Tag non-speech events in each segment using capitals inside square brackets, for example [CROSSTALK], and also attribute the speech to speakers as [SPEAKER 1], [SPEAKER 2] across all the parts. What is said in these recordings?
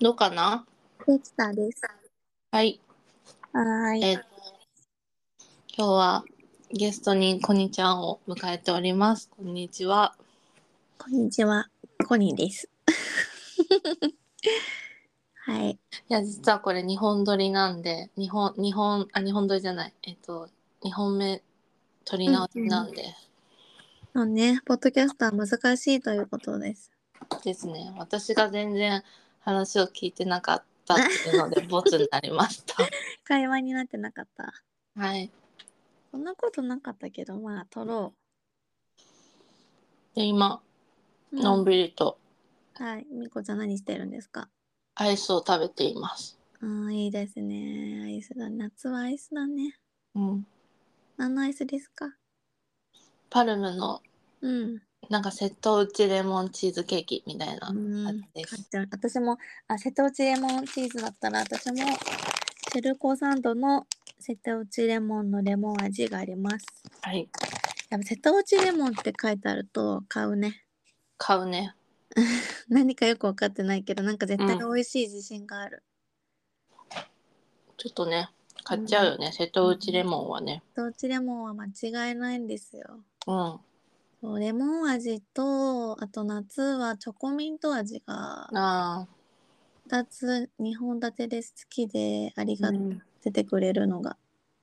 [SPEAKER 1] どうかな
[SPEAKER 2] できたです。
[SPEAKER 1] はい。
[SPEAKER 2] はーい。
[SPEAKER 1] えっと、今日はゲストにコニちゃんを迎えております。こんにちは。
[SPEAKER 2] こんにちは。コニーです。 [LAUGHS] はい。
[SPEAKER 1] いや、実はこれ日本撮りなんで、日本、日本、あ、日本撮りじゃない。えっと、2本目撮り直しなんで、
[SPEAKER 2] のね、ポッドキャストは難しいということです。
[SPEAKER 1] ですね。私が全然話を聞いてなかったっていうので、ボツになりま [LAUGHS] した。
[SPEAKER 2] 会話になってなかった。
[SPEAKER 1] はい。
[SPEAKER 2] そんなことなかったけど、まあ、撮ろ
[SPEAKER 1] で、今、
[SPEAKER 2] う。
[SPEAKER 1] のんびりと
[SPEAKER 2] はい。みこちゃん何してるんですか
[SPEAKER 1] アイスを食べています。
[SPEAKER 2] あーいいですね。アイスだ。夏はアイスだね。
[SPEAKER 1] うん。
[SPEAKER 2] 何のアイスですか
[SPEAKER 1] パルムの
[SPEAKER 2] うん。
[SPEAKER 1] なんか瀬戸内レモンチーズケーキみたいな
[SPEAKER 2] うん
[SPEAKER 1] やつです。
[SPEAKER 2] 買っちゃう私もあ瀬戸内レモンチーズだったら私もシェルコサンドの瀬戸内レモンのレモン味があります
[SPEAKER 1] はい。
[SPEAKER 2] やっぱ瀬戸内レモンって書いてあると買うね [LAUGHS]
[SPEAKER 1] 買うね。
[SPEAKER 2] 何かよく分かってないけどなんか絶対美味しい自信がある、
[SPEAKER 1] ちょっとね、買っちゃうよね。瀬戸内レモンはね。
[SPEAKER 2] 瀬戸内レモンは間違いないんですよ
[SPEAKER 1] うん。
[SPEAKER 2] そうレモン味とあと夏はチョコミント味が
[SPEAKER 1] あ
[SPEAKER 2] 2つ2本立てで好きであり
[SPEAKER 1] あ、
[SPEAKER 2] が出てくれるのが。 [LAUGHS]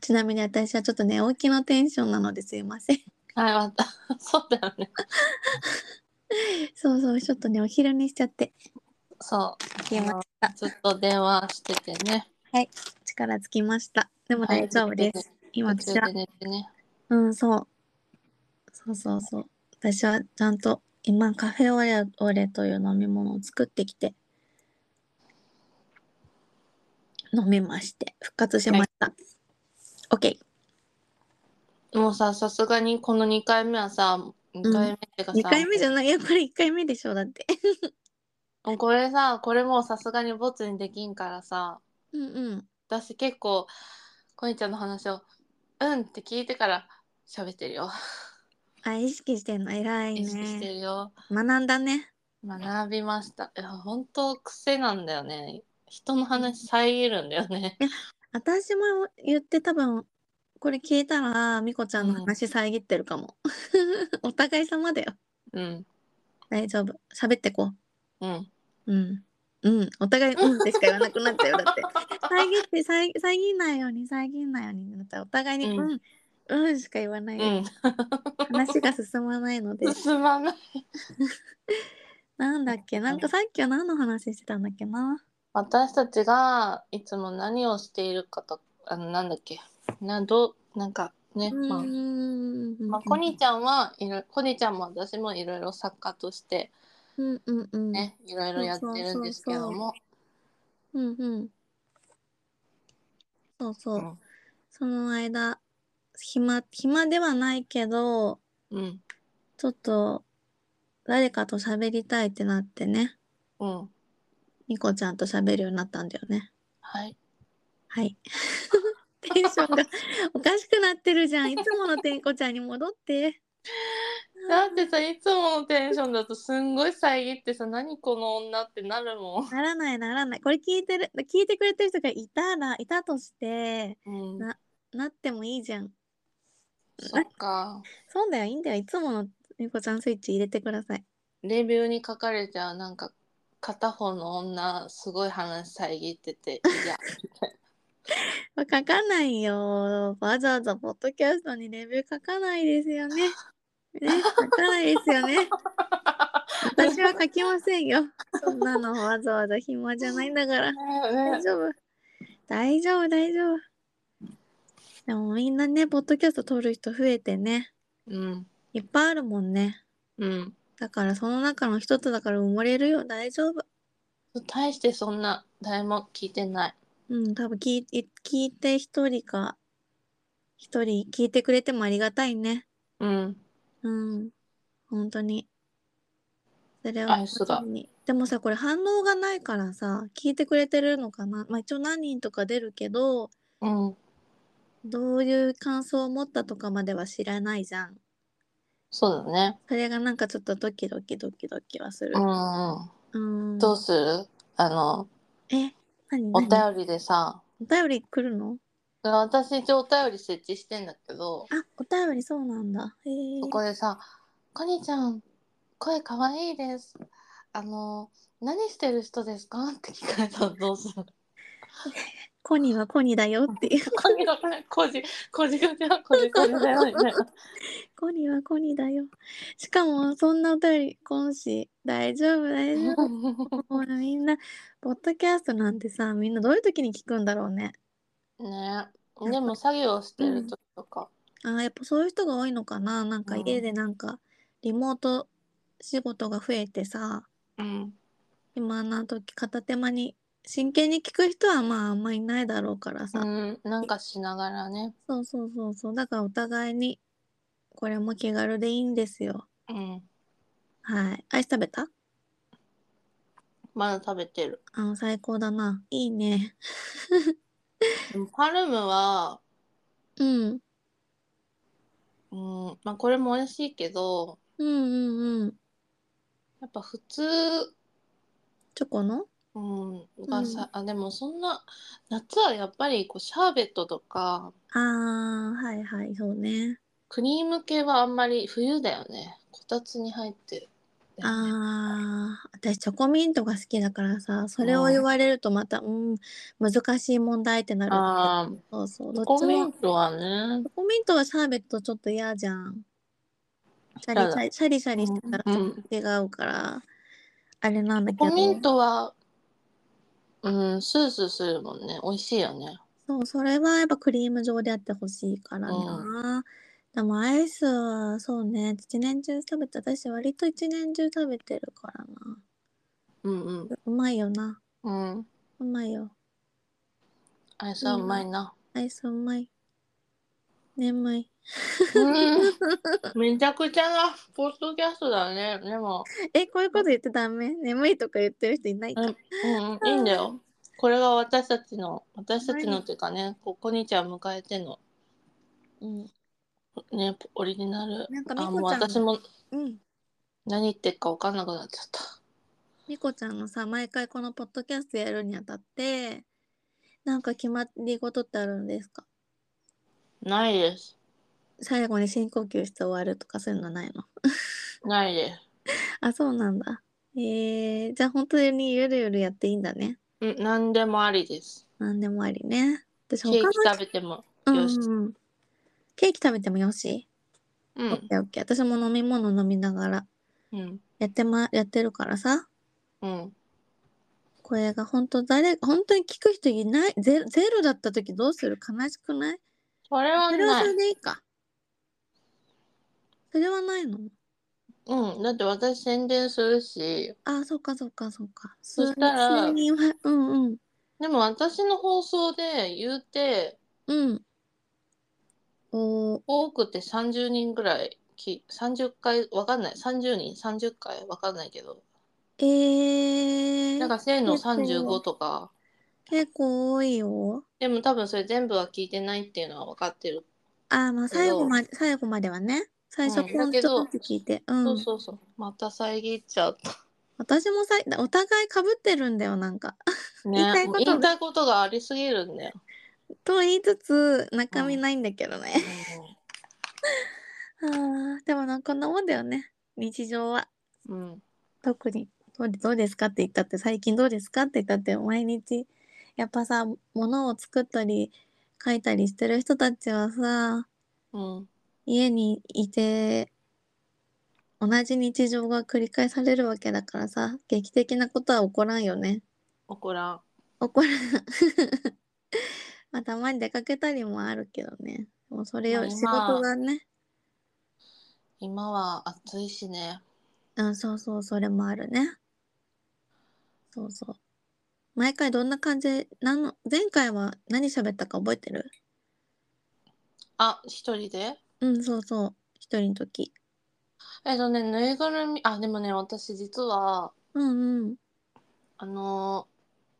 [SPEAKER 2] ちなみに私はちょっと寝起きのテンションなのですいません。 [LAUGHS]
[SPEAKER 1] はい、わた [LAUGHS] そうだよね。
[SPEAKER 2] そうそう、ちょっとね、お昼寝しちゃって。
[SPEAKER 1] そう。
[SPEAKER 2] 消えました。
[SPEAKER 1] ずっと電話しててね。
[SPEAKER 2] 力つきました。でも大丈夫です。
[SPEAKER 1] す。
[SPEAKER 2] 今
[SPEAKER 1] 途中
[SPEAKER 2] 私は
[SPEAKER 1] で、寝てね。
[SPEAKER 2] うん、そう。そうそうそう。私はちゃんと今カフェオレオレという飲み物を作ってきて、飲みまして、復活しました。OK。
[SPEAKER 1] もうさ、さすがにこの2回目はさ、2回目っていうかさ、
[SPEAKER 2] 2回目じゃない。いや、これ1回目でしょ、だって。 [LAUGHS]
[SPEAKER 1] これさ、これもうさすがにボツにできんからさ、
[SPEAKER 2] うんうん。
[SPEAKER 1] 私結構、こにちゃんの話を、うんって聞いてから喋ってるよ。
[SPEAKER 2] あ意識してんの偉いね
[SPEAKER 1] 意識してるよ。
[SPEAKER 2] 学んだね
[SPEAKER 1] 学びました。いや本当癖なんだよね。人の話遮るんだよね。 [LAUGHS]
[SPEAKER 2] 私も言って多分これ聞いたらみこちゃんの話遮ってるかも、 [LAUGHS] お互い様だよ
[SPEAKER 1] うん。
[SPEAKER 2] 大丈夫喋ってこ
[SPEAKER 1] うん。
[SPEAKER 2] ううんうんお互い「うん」ってしか言わなくなっちゃうよだって遮って遮遮んないように遮んないようになったらお互いに「う
[SPEAKER 1] うん
[SPEAKER 2] ん」うんしか言わない、
[SPEAKER 1] う
[SPEAKER 2] 話が進まない
[SPEAKER 1] [LAUGHS]
[SPEAKER 2] ので
[SPEAKER 1] ん。進まない。
[SPEAKER 2] なんだっけなんかさっきは何の話してたんだっけな
[SPEAKER 1] 私たちがいつも何をしているかと、あの、なんだっけ。な、どう、なんかね、まあ、まあ、コニーちゃんはいろいろ、コニーちゃんも私もいろいろ作家として
[SPEAKER 2] うんうんうん
[SPEAKER 1] ね、いろいろやってるんですけども。
[SPEAKER 2] うんうん。そうそう。
[SPEAKER 1] うん
[SPEAKER 2] その間、暇、暇ではないけど、
[SPEAKER 1] うん。
[SPEAKER 2] ちょっと、誰かと喋りたいってなってね、
[SPEAKER 1] うん。
[SPEAKER 2] みこちゃんと喋るようになったんだよね。
[SPEAKER 1] はい。
[SPEAKER 2] はい。 [LAUGHS] テンションがおかしくなってるじゃん。いつものてんこちゃんに戻って。
[SPEAKER 1] だってさ、いつものテンションだとすんごい遮ってさ、何この女ってなるもん。
[SPEAKER 2] ならないならない。これ聞いてる、聞いてくれてる人がいたら、いたとして、
[SPEAKER 1] うん
[SPEAKER 2] ななってもいいじゃん。
[SPEAKER 1] そっか。
[SPEAKER 2] そうだよ、いいんだよ。いつものみこちゃんスイッチ入れてください。
[SPEAKER 1] レビューに書かれちゃうなんか片方の女すごい話遮って [LAUGHS] ていや
[SPEAKER 2] 書かないよ。わざわざポッドキャストにレビュー書かないですよね。ね、書かないですよね。私は書きませんよ。そんなのわざわざ暇じゃないんだから。大丈夫。大丈夫、大丈夫。でもみんなね、ポッドキャスト撮る人増えてね。
[SPEAKER 1] うん
[SPEAKER 2] いっぱいあるもんね。
[SPEAKER 1] うん
[SPEAKER 2] だからその中の一つだから埋もれるよ。大丈夫。
[SPEAKER 1] 大してそんな誰も聞いてない
[SPEAKER 2] うん、多分聞い聞いて一人か、一人聞いてくれてもありがたいね。
[SPEAKER 1] うん
[SPEAKER 2] うん。本当に。それを
[SPEAKER 1] アイスが
[SPEAKER 2] 楽しみにでもさ、これ反応がないからさ、聞いてくれてるのかな。まあ一応何人とか出るけど、
[SPEAKER 1] うん
[SPEAKER 2] どういう感想を持ったとかまでは知らないじゃん。
[SPEAKER 1] そうだね
[SPEAKER 2] それがなんかちょっとドキドキドキドキはする
[SPEAKER 1] う。んうん
[SPEAKER 2] うん。
[SPEAKER 1] どうするあの
[SPEAKER 2] え、何
[SPEAKER 1] お
[SPEAKER 2] 何
[SPEAKER 1] 便りでさ
[SPEAKER 2] お便り来るの
[SPEAKER 1] 私一応お便り設置してんだけど
[SPEAKER 2] あ、お便りそうなんだ。へえ。
[SPEAKER 1] そこでさ「こにちゃん声かわいいです」あの「何してる人ですか?」って聞かれたらどうする
[SPEAKER 2] コニーはコニーだよっていう。 [LAUGHS]
[SPEAKER 1] コニがね、コジ、コジがじゃ、コジコジだよね。
[SPEAKER 2] コニーはコニーだよ。しかも、そんなお便り、今子、大丈夫、大丈夫。ほら、みんな、ポッドキャストなんてさ、みんなどういう時に聞くんだろうね。
[SPEAKER 1] ね、でも作業してる時とか、
[SPEAKER 2] あーやっぱそういう人が多いのかな。なんか
[SPEAKER 1] うん
[SPEAKER 2] 家でなんか、リモート仕事が増えてさ、
[SPEAKER 1] うん、
[SPEAKER 2] 今な時片手間に、真剣に聞く人はまああんまいないだろうからさ、
[SPEAKER 1] うん、なんかしながらね、
[SPEAKER 2] そうそうそうそう、だからお互いに、これも気軽でいいんですよ。
[SPEAKER 1] うん、
[SPEAKER 2] はい。アイス食べた
[SPEAKER 1] まだ食べてる。
[SPEAKER 2] あー最高だな。いいね。
[SPEAKER 1] でもパルムは、
[SPEAKER 2] うん。
[SPEAKER 1] うん、まあこれも美味しいけど、
[SPEAKER 2] うんうんうん。
[SPEAKER 1] やっぱ普通、
[SPEAKER 2] チョコの
[SPEAKER 1] うん、がさ、あでもそんな夏はやっぱりこうシャーベットとか
[SPEAKER 2] あー、はいはい、そうね。
[SPEAKER 1] クリーム系はあんまり冬だよね。こたつに入ってる、
[SPEAKER 2] あー、私チョコミントが好きだからさ、それを言われるとまた、うん、難しい問題ってなる。
[SPEAKER 1] ああ、
[SPEAKER 2] そうそう。ど
[SPEAKER 1] チ
[SPEAKER 2] っ
[SPEAKER 1] ョコ
[SPEAKER 2] ちも。チ
[SPEAKER 1] ミントはね
[SPEAKER 2] ョ。コミントはシャーベットちょっと嫌じゃん。シャ
[SPEAKER 1] 嫌
[SPEAKER 2] リ
[SPEAKER 1] だ
[SPEAKER 2] シャリシャリシャリしてたら
[SPEAKER 1] うん
[SPEAKER 2] 違うから、あれなんだけ
[SPEAKER 1] コ
[SPEAKER 2] ど。
[SPEAKER 1] ミントは、うん、スースーするもんね。美味しいよね。
[SPEAKER 2] そう、それはやっぱクリーム状であってほしいからな。でもアイスはそうね、一年中食べて、私割と一年中食べてるからな。
[SPEAKER 1] うん
[SPEAKER 2] うまいよな。
[SPEAKER 1] うん。うん。
[SPEAKER 2] うまいよ。
[SPEAKER 1] アイスはうまいな。
[SPEAKER 2] アイスうまい。眠い。
[SPEAKER 1] うん。めちゃくちゃなポッドキャストだね。でも、
[SPEAKER 2] え、こういうこと言ってダメ眠いとか言ってる人いないか。
[SPEAKER 1] うん、うん、いいんだよ。これが私たちの、私たちのっていうかね、こう、こにちゃん迎えての、
[SPEAKER 2] うん。
[SPEAKER 1] ね、オリジナル。
[SPEAKER 2] なんかみ
[SPEAKER 1] あ、
[SPEAKER 2] こ
[SPEAKER 1] もう
[SPEAKER 2] ちゃんの
[SPEAKER 1] 私も
[SPEAKER 2] うん。
[SPEAKER 1] 何言ってるか分かんなくなっちゃった。
[SPEAKER 2] みこちゃんのさ、毎回このポッドキャストやるにあたって、なんか決まり事ってあるんですか
[SPEAKER 1] ないです。
[SPEAKER 2] 最後に深呼吸して終わるとかそういうのないの
[SPEAKER 1] ないです。
[SPEAKER 2] あ、そうなんだ。えー、じゃあ本当にゆるゆるやっていいんだね。
[SPEAKER 1] うん、何でもありです。
[SPEAKER 2] なんでもありね。私
[SPEAKER 1] ケ
[SPEAKER 2] 他
[SPEAKER 1] ー
[SPEAKER 2] の
[SPEAKER 1] キ食べてもよし。
[SPEAKER 2] うんうんうん、ケーキ食べてもよし。
[SPEAKER 1] う
[SPEAKER 2] オッ
[SPEAKER 1] ん、
[SPEAKER 2] ケーオッケー。私も飲み物飲みながら
[SPEAKER 1] うん、
[SPEAKER 2] やってま、やってるからさ。
[SPEAKER 1] うん。
[SPEAKER 2] これが本当誰、本当に聞く人いない。ゼゼロだった時どうする悲しくない
[SPEAKER 1] それは
[SPEAKER 2] それは
[SPEAKER 1] な
[SPEAKER 2] そ
[SPEAKER 1] い
[SPEAKER 2] れ。でいいか。それはないの
[SPEAKER 1] うん、だって私宣伝するし、
[SPEAKER 2] あ、そっかそっかそっか。
[SPEAKER 1] そしたら
[SPEAKER 2] 数人は、うんうん。
[SPEAKER 1] でも私の放送で言うて、
[SPEAKER 2] うん。おー
[SPEAKER 1] 多くて30人ぐらいき、30回、わかんない、30人、30回、わかんないけど、
[SPEAKER 2] えー。
[SPEAKER 1] だからせーの
[SPEAKER 2] う
[SPEAKER 1] 35
[SPEAKER 2] ん
[SPEAKER 1] とか、
[SPEAKER 2] 結構多いよ。
[SPEAKER 1] でも多分それ全部は聞いてないっていうのは分かってる。
[SPEAKER 2] あーまあ最後まで、最後まではね。最初
[SPEAKER 1] うん
[SPEAKER 2] ポン
[SPEAKER 1] だけ
[SPEAKER 2] ちょ
[SPEAKER 1] ど
[SPEAKER 2] こって聞いて。うん。
[SPEAKER 1] そうそうそう。また遮っちゃった。
[SPEAKER 2] 私もさ、お互い被ってるんだよ、なんか。
[SPEAKER 1] ね、
[SPEAKER 2] 言いたいこ
[SPEAKER 1] も
[SPEAKER 2] と
[SPEAKER 1] う言いたいことがありすぎるん
[SPEAKER 2] [LAUGHS]
[SPEAKER 1] だよ。
[SPEAKER 2] と言いつつ、中身ないんだけど
[SPEAKER 1] う
[SPEAKER 2] ね。あーでもなんかこんなもんだよね。日常は。
[SPEAKER 1] んうん。
[SPEAKER 2] 特に。どうどうですかって言ったって、最近どうですかって言ったって、毎日、やっぱさ、物を作ったり、書いたりしてる人たちはさ、
[SPEAKER 1] うん。
[SPEAKER 2] 家にいて同じ日常が繰り返されるわけだからさ劇的なことは起こらんよね
[SPEAKER 1] 怒らん。
[SPEAKER 2] 起こらん [LAUGHS] まあたまに出かけたりもあるけどねもうそれより仕
[SPEAKER 1] まあ今
[SPEAKER 2] 事がね、
[SPEAKER 1] 今は暑いしね。
[SPEAKER 2] うんそうそうそれもあるねそうそう毎回どんな感じなんの前回は何喋ったか覚えてる
[SPEAKER 1] あ、一人で
[SPEAKER 2] うんそうそう一人の時
[SPEAKER 1] えっとね、ぬいぐるみ、あ、でもね、私実は、
[SPEAKER 2] うんうん
[SPEAKER 1] あの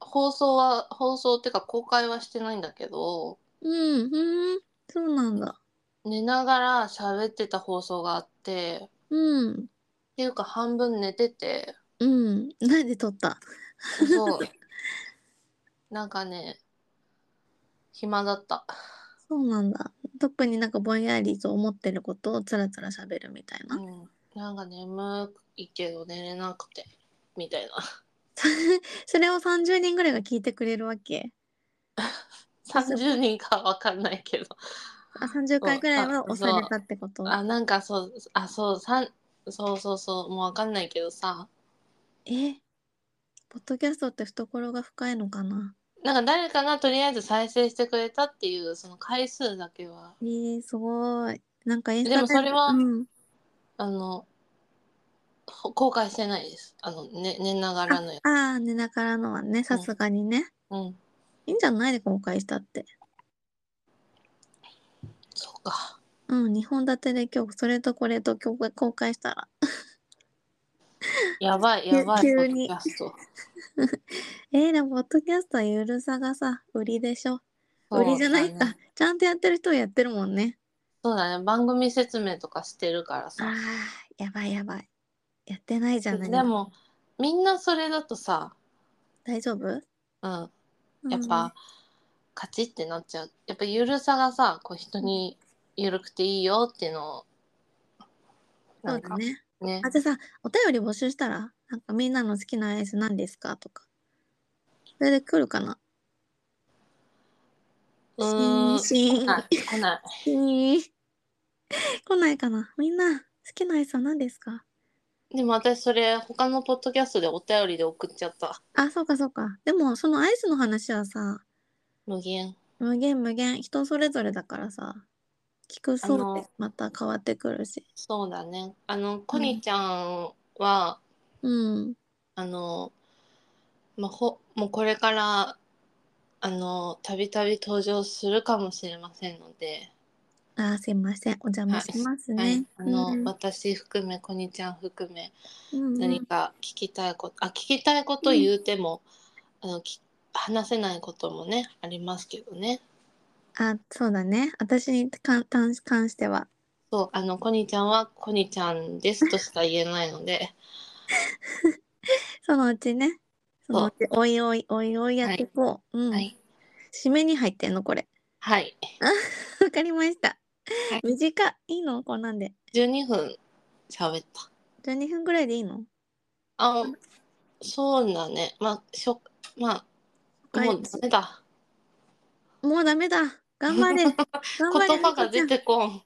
[SPEAKER 1] ー放送は、放送っていうか公開はしてないんだけど、
[SPEAKER 2] うんうんそうなんだ
[SPEAKER 1] 寝ながら喋ってた放送があって、
[SPEAKER 2] うん
[SPEAKER 1] っていうか半分寝てて、
[SPEAKER 2] うん。なんで撮った
[SPEAKER 1] そう。なんかね、暇だった。
[SPEAKER 2] そうなんだ。特になんかぼんやりと思ってることをつらつら喋るみたいな。
[SPEAKER 1] うん。なんか眠いけど寝れなくて、みたいな。
[SPEAKER 2] それを30人ぐらいが聞いてくれるわけ。
[SPEAKER 1] 30人かわかんないけど。
[SPEAKER 2] あ30回ぐらいは
[SPEAKER 1] そうあ
[SPEAKER 2] 押されたってこと。
[SPEAKER 1] あ、なんかそう、あ、そう、さんそうそうそう、もうわかんないけどさ。
[SPEAKER 2] えポッドキャストって懐が深いのかな
[SPEAKER 1] なんか誰かがとりあえず再生してくれたっていう、その回数だけは、
[SPEAKER 2] えー、すごい。なんかインスタ
[SPEAKER 1] でもそれは
[SPEAKER 2] うん、
[SPEAKER 1] あの、ほ後悔してないです。あの、ね、寝ながらのや
[SPEAKER 2] ああ、寝ながらのはね、さすがにね。
[SPEAKER 1] つ。うん。
[SPEAKER 2] いいんじゃないで公開したって。
[SPEAKER 1] そうか。
[SPEAKER 2] うん、2本立てで今日それとこれと今日公開したら。
[SPEAKER 1] やばい、やばい、
[SPEAKER 2] 急に
[SPEAKER 1] ポッドキャ
[SPEAKER 2] [LAUGHS]
[SPEAKER 1] スト
[SPEAKER 2] えー、でもポッドキャストはゆるさがさ、売りでしょ。
[SPEAKER 1] そう
[SPEAKER 2] 売りじゃない
[SPEAKER 1] だ
[SPEAKER 2] か
[SPEAKER 1] ね。
[SPEAKER 2] ちゃんとやってる人はやってるもんね。
[SPEAKER 1] そうだね。番組説明とかしてるから
[SPEAKER 2] あ
[SPEAKER 1] さ。
[SPEAKER 2] あ、やばいやばい。やってないじゃない
[SPEAKER 1] でも、みんなそれだとさ、
[SPEAKER 2] 大丈
[SPEAKER 1] う
[SPEAKER 2] 夫
[SPEAKER 1] ん。やっぱ、、カチってなっちゃう。やっぱゆるさがさ、こう人にゆるくていいよっていうのを。
[SPEAKER 2] うん
[SPEAKER 1] なん
[SPEAKER 2] そう
[SPEAKER 1] か
[SPEAKER 2] だね。
[SPEAKER 1] ね
[SPEAKER 2] あ、。じゃあさ、お便り募集したら、なんかみんなの好きなアイス何ですかとか。それで来るかな
[SPEAKER 1] うーん。
[SPEAKER 2] し
[SPEAKER 1] 来
[SPEAKER 2] ん
[SPEAKER 1] ない。来ない。
[SPEAKER 2] しん来ないかなみんな、好きなアイスは何ですか
[SPEAKER 1] でも私それ他のポッドキャストでお便りで送っちゃった。
[SPEAKER 2] あ、そうかそうか。でも、そのアイスの話はさ、
[SPEAKER 1] 無限。
[SPEAKER 2] 無限無限、人それぞれだからさ、聞く層
[SPEAKER 1] あの
[SPEAKER 2] ってまた変わってくるし。
[SPEAKER 1] そうだね。あの、コニちゃんは、
[SPEAKER 2] うん。
[SPEAKER 1] あの、まあ、ほもうこれから、あの、たびたび登場するかもしれませんので、
[SPEAKER 2] あ、すいません。お邪魔しますね。
[SPEAKER 1] はい、あの、
[SPEAKER 2] うん
[SPEAKER 1] 私含め、コニちゃん含め、
[SPEAKER 2] うんうん
[SPEAKER 1] 何か聞きたいこと、あ、聞きたいこと言うても、あの、き話せないこともね、ありますけどね。
[SPEAKER 2] あ、そうだね。私に関関関しては。
[SPEAKER 1] そう、あの、コニちゃんはコニちゃんですとしか言えないので、
[SPEAKER 2] そのうちね。そのうち、おいおい、おいおいやっていこう。うん。
[SPEAKER 1] はい。
[SPEAKER 2] 締めに入ってんの、これ。
[SPEAKER 1] はい。
[SPEAKER 2] わかりました
[SPEAKER 1] は。
[SPEAKER 2] 短い。いいのこんなんで。
[SPEAKER 1] 12分喋った。
[SPEAKER 2] 12分ぐらいでいいの
[SPEAKER 1] あ、そうだね。まあ、しょ、まあ、もうダメだ。
[SPEAKER 2] もうダメだ。
[SPEAKER 1] [LAUGHS]
[SPEAKER 2] 頑張れ。頑張れ。
[SPEAKER 1] 言葉が
[SPEAKER 2] みこちゃ
[SPEAKER 1] 出
[SPEAKER 2] ん
[SPEAKER 1] てこん。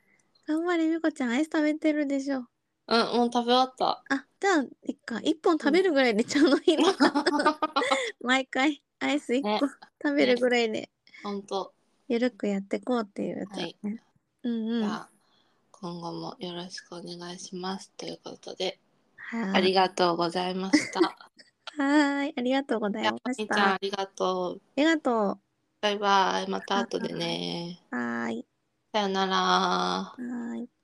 [SPEAKER 2] 頑張れ、みこちゃん。アイス食べてるでしょ。
[SPEAKER 1] うん、もう食べ終わ
[SPEAKER 2] [LAUGHS]
[SPEAKER 1] った。
[SPEAKER 2] あ、じゃあ、いっか。1本食べるぐらいでちゃうのいいの [LAUGHS] 毎回、アイス1個
[SPEAKER 1] ね
[SPEAKER 2] 食べるぐらいで、
[SPEAKER 1] 本当。
[SPEAKER 2] ゆるくやってこうっていうやつだね。うん
[SPEAKER 1] じ
[SPEAKER 2] う
[SPEAKER 1] ゃ
[SPEAKER 2] ん。
[SPEAKER 1] あ、今後もよろしくお願いします。ということで、
[SPEAKER 2] は
[SPEAKER 1] あ
[SPEAKER 2] い
[SPEAKER 1] りがとうございました。
[SPEAKER 2] はーい、ありがとうござい
[SPEAKER 1] や
[SPEAKER 2] ま
[SPEAKER 1] っぱり
[SPEAKER 2] し
[SPEAKER 1] ちゃん、
[SPEAKER 2] た。
[SPEAKER 1] あ
[SPEAKER 2] あ
[SPEAKER 1] りがとう。
[SPEAKER 2] りがと
[SPEAKER 1] バイバイ。また後でね。
[SPEAKER 2] う。はーい、
[SPEAKER 1] さよなら。
[SPEAKER 2] はーい。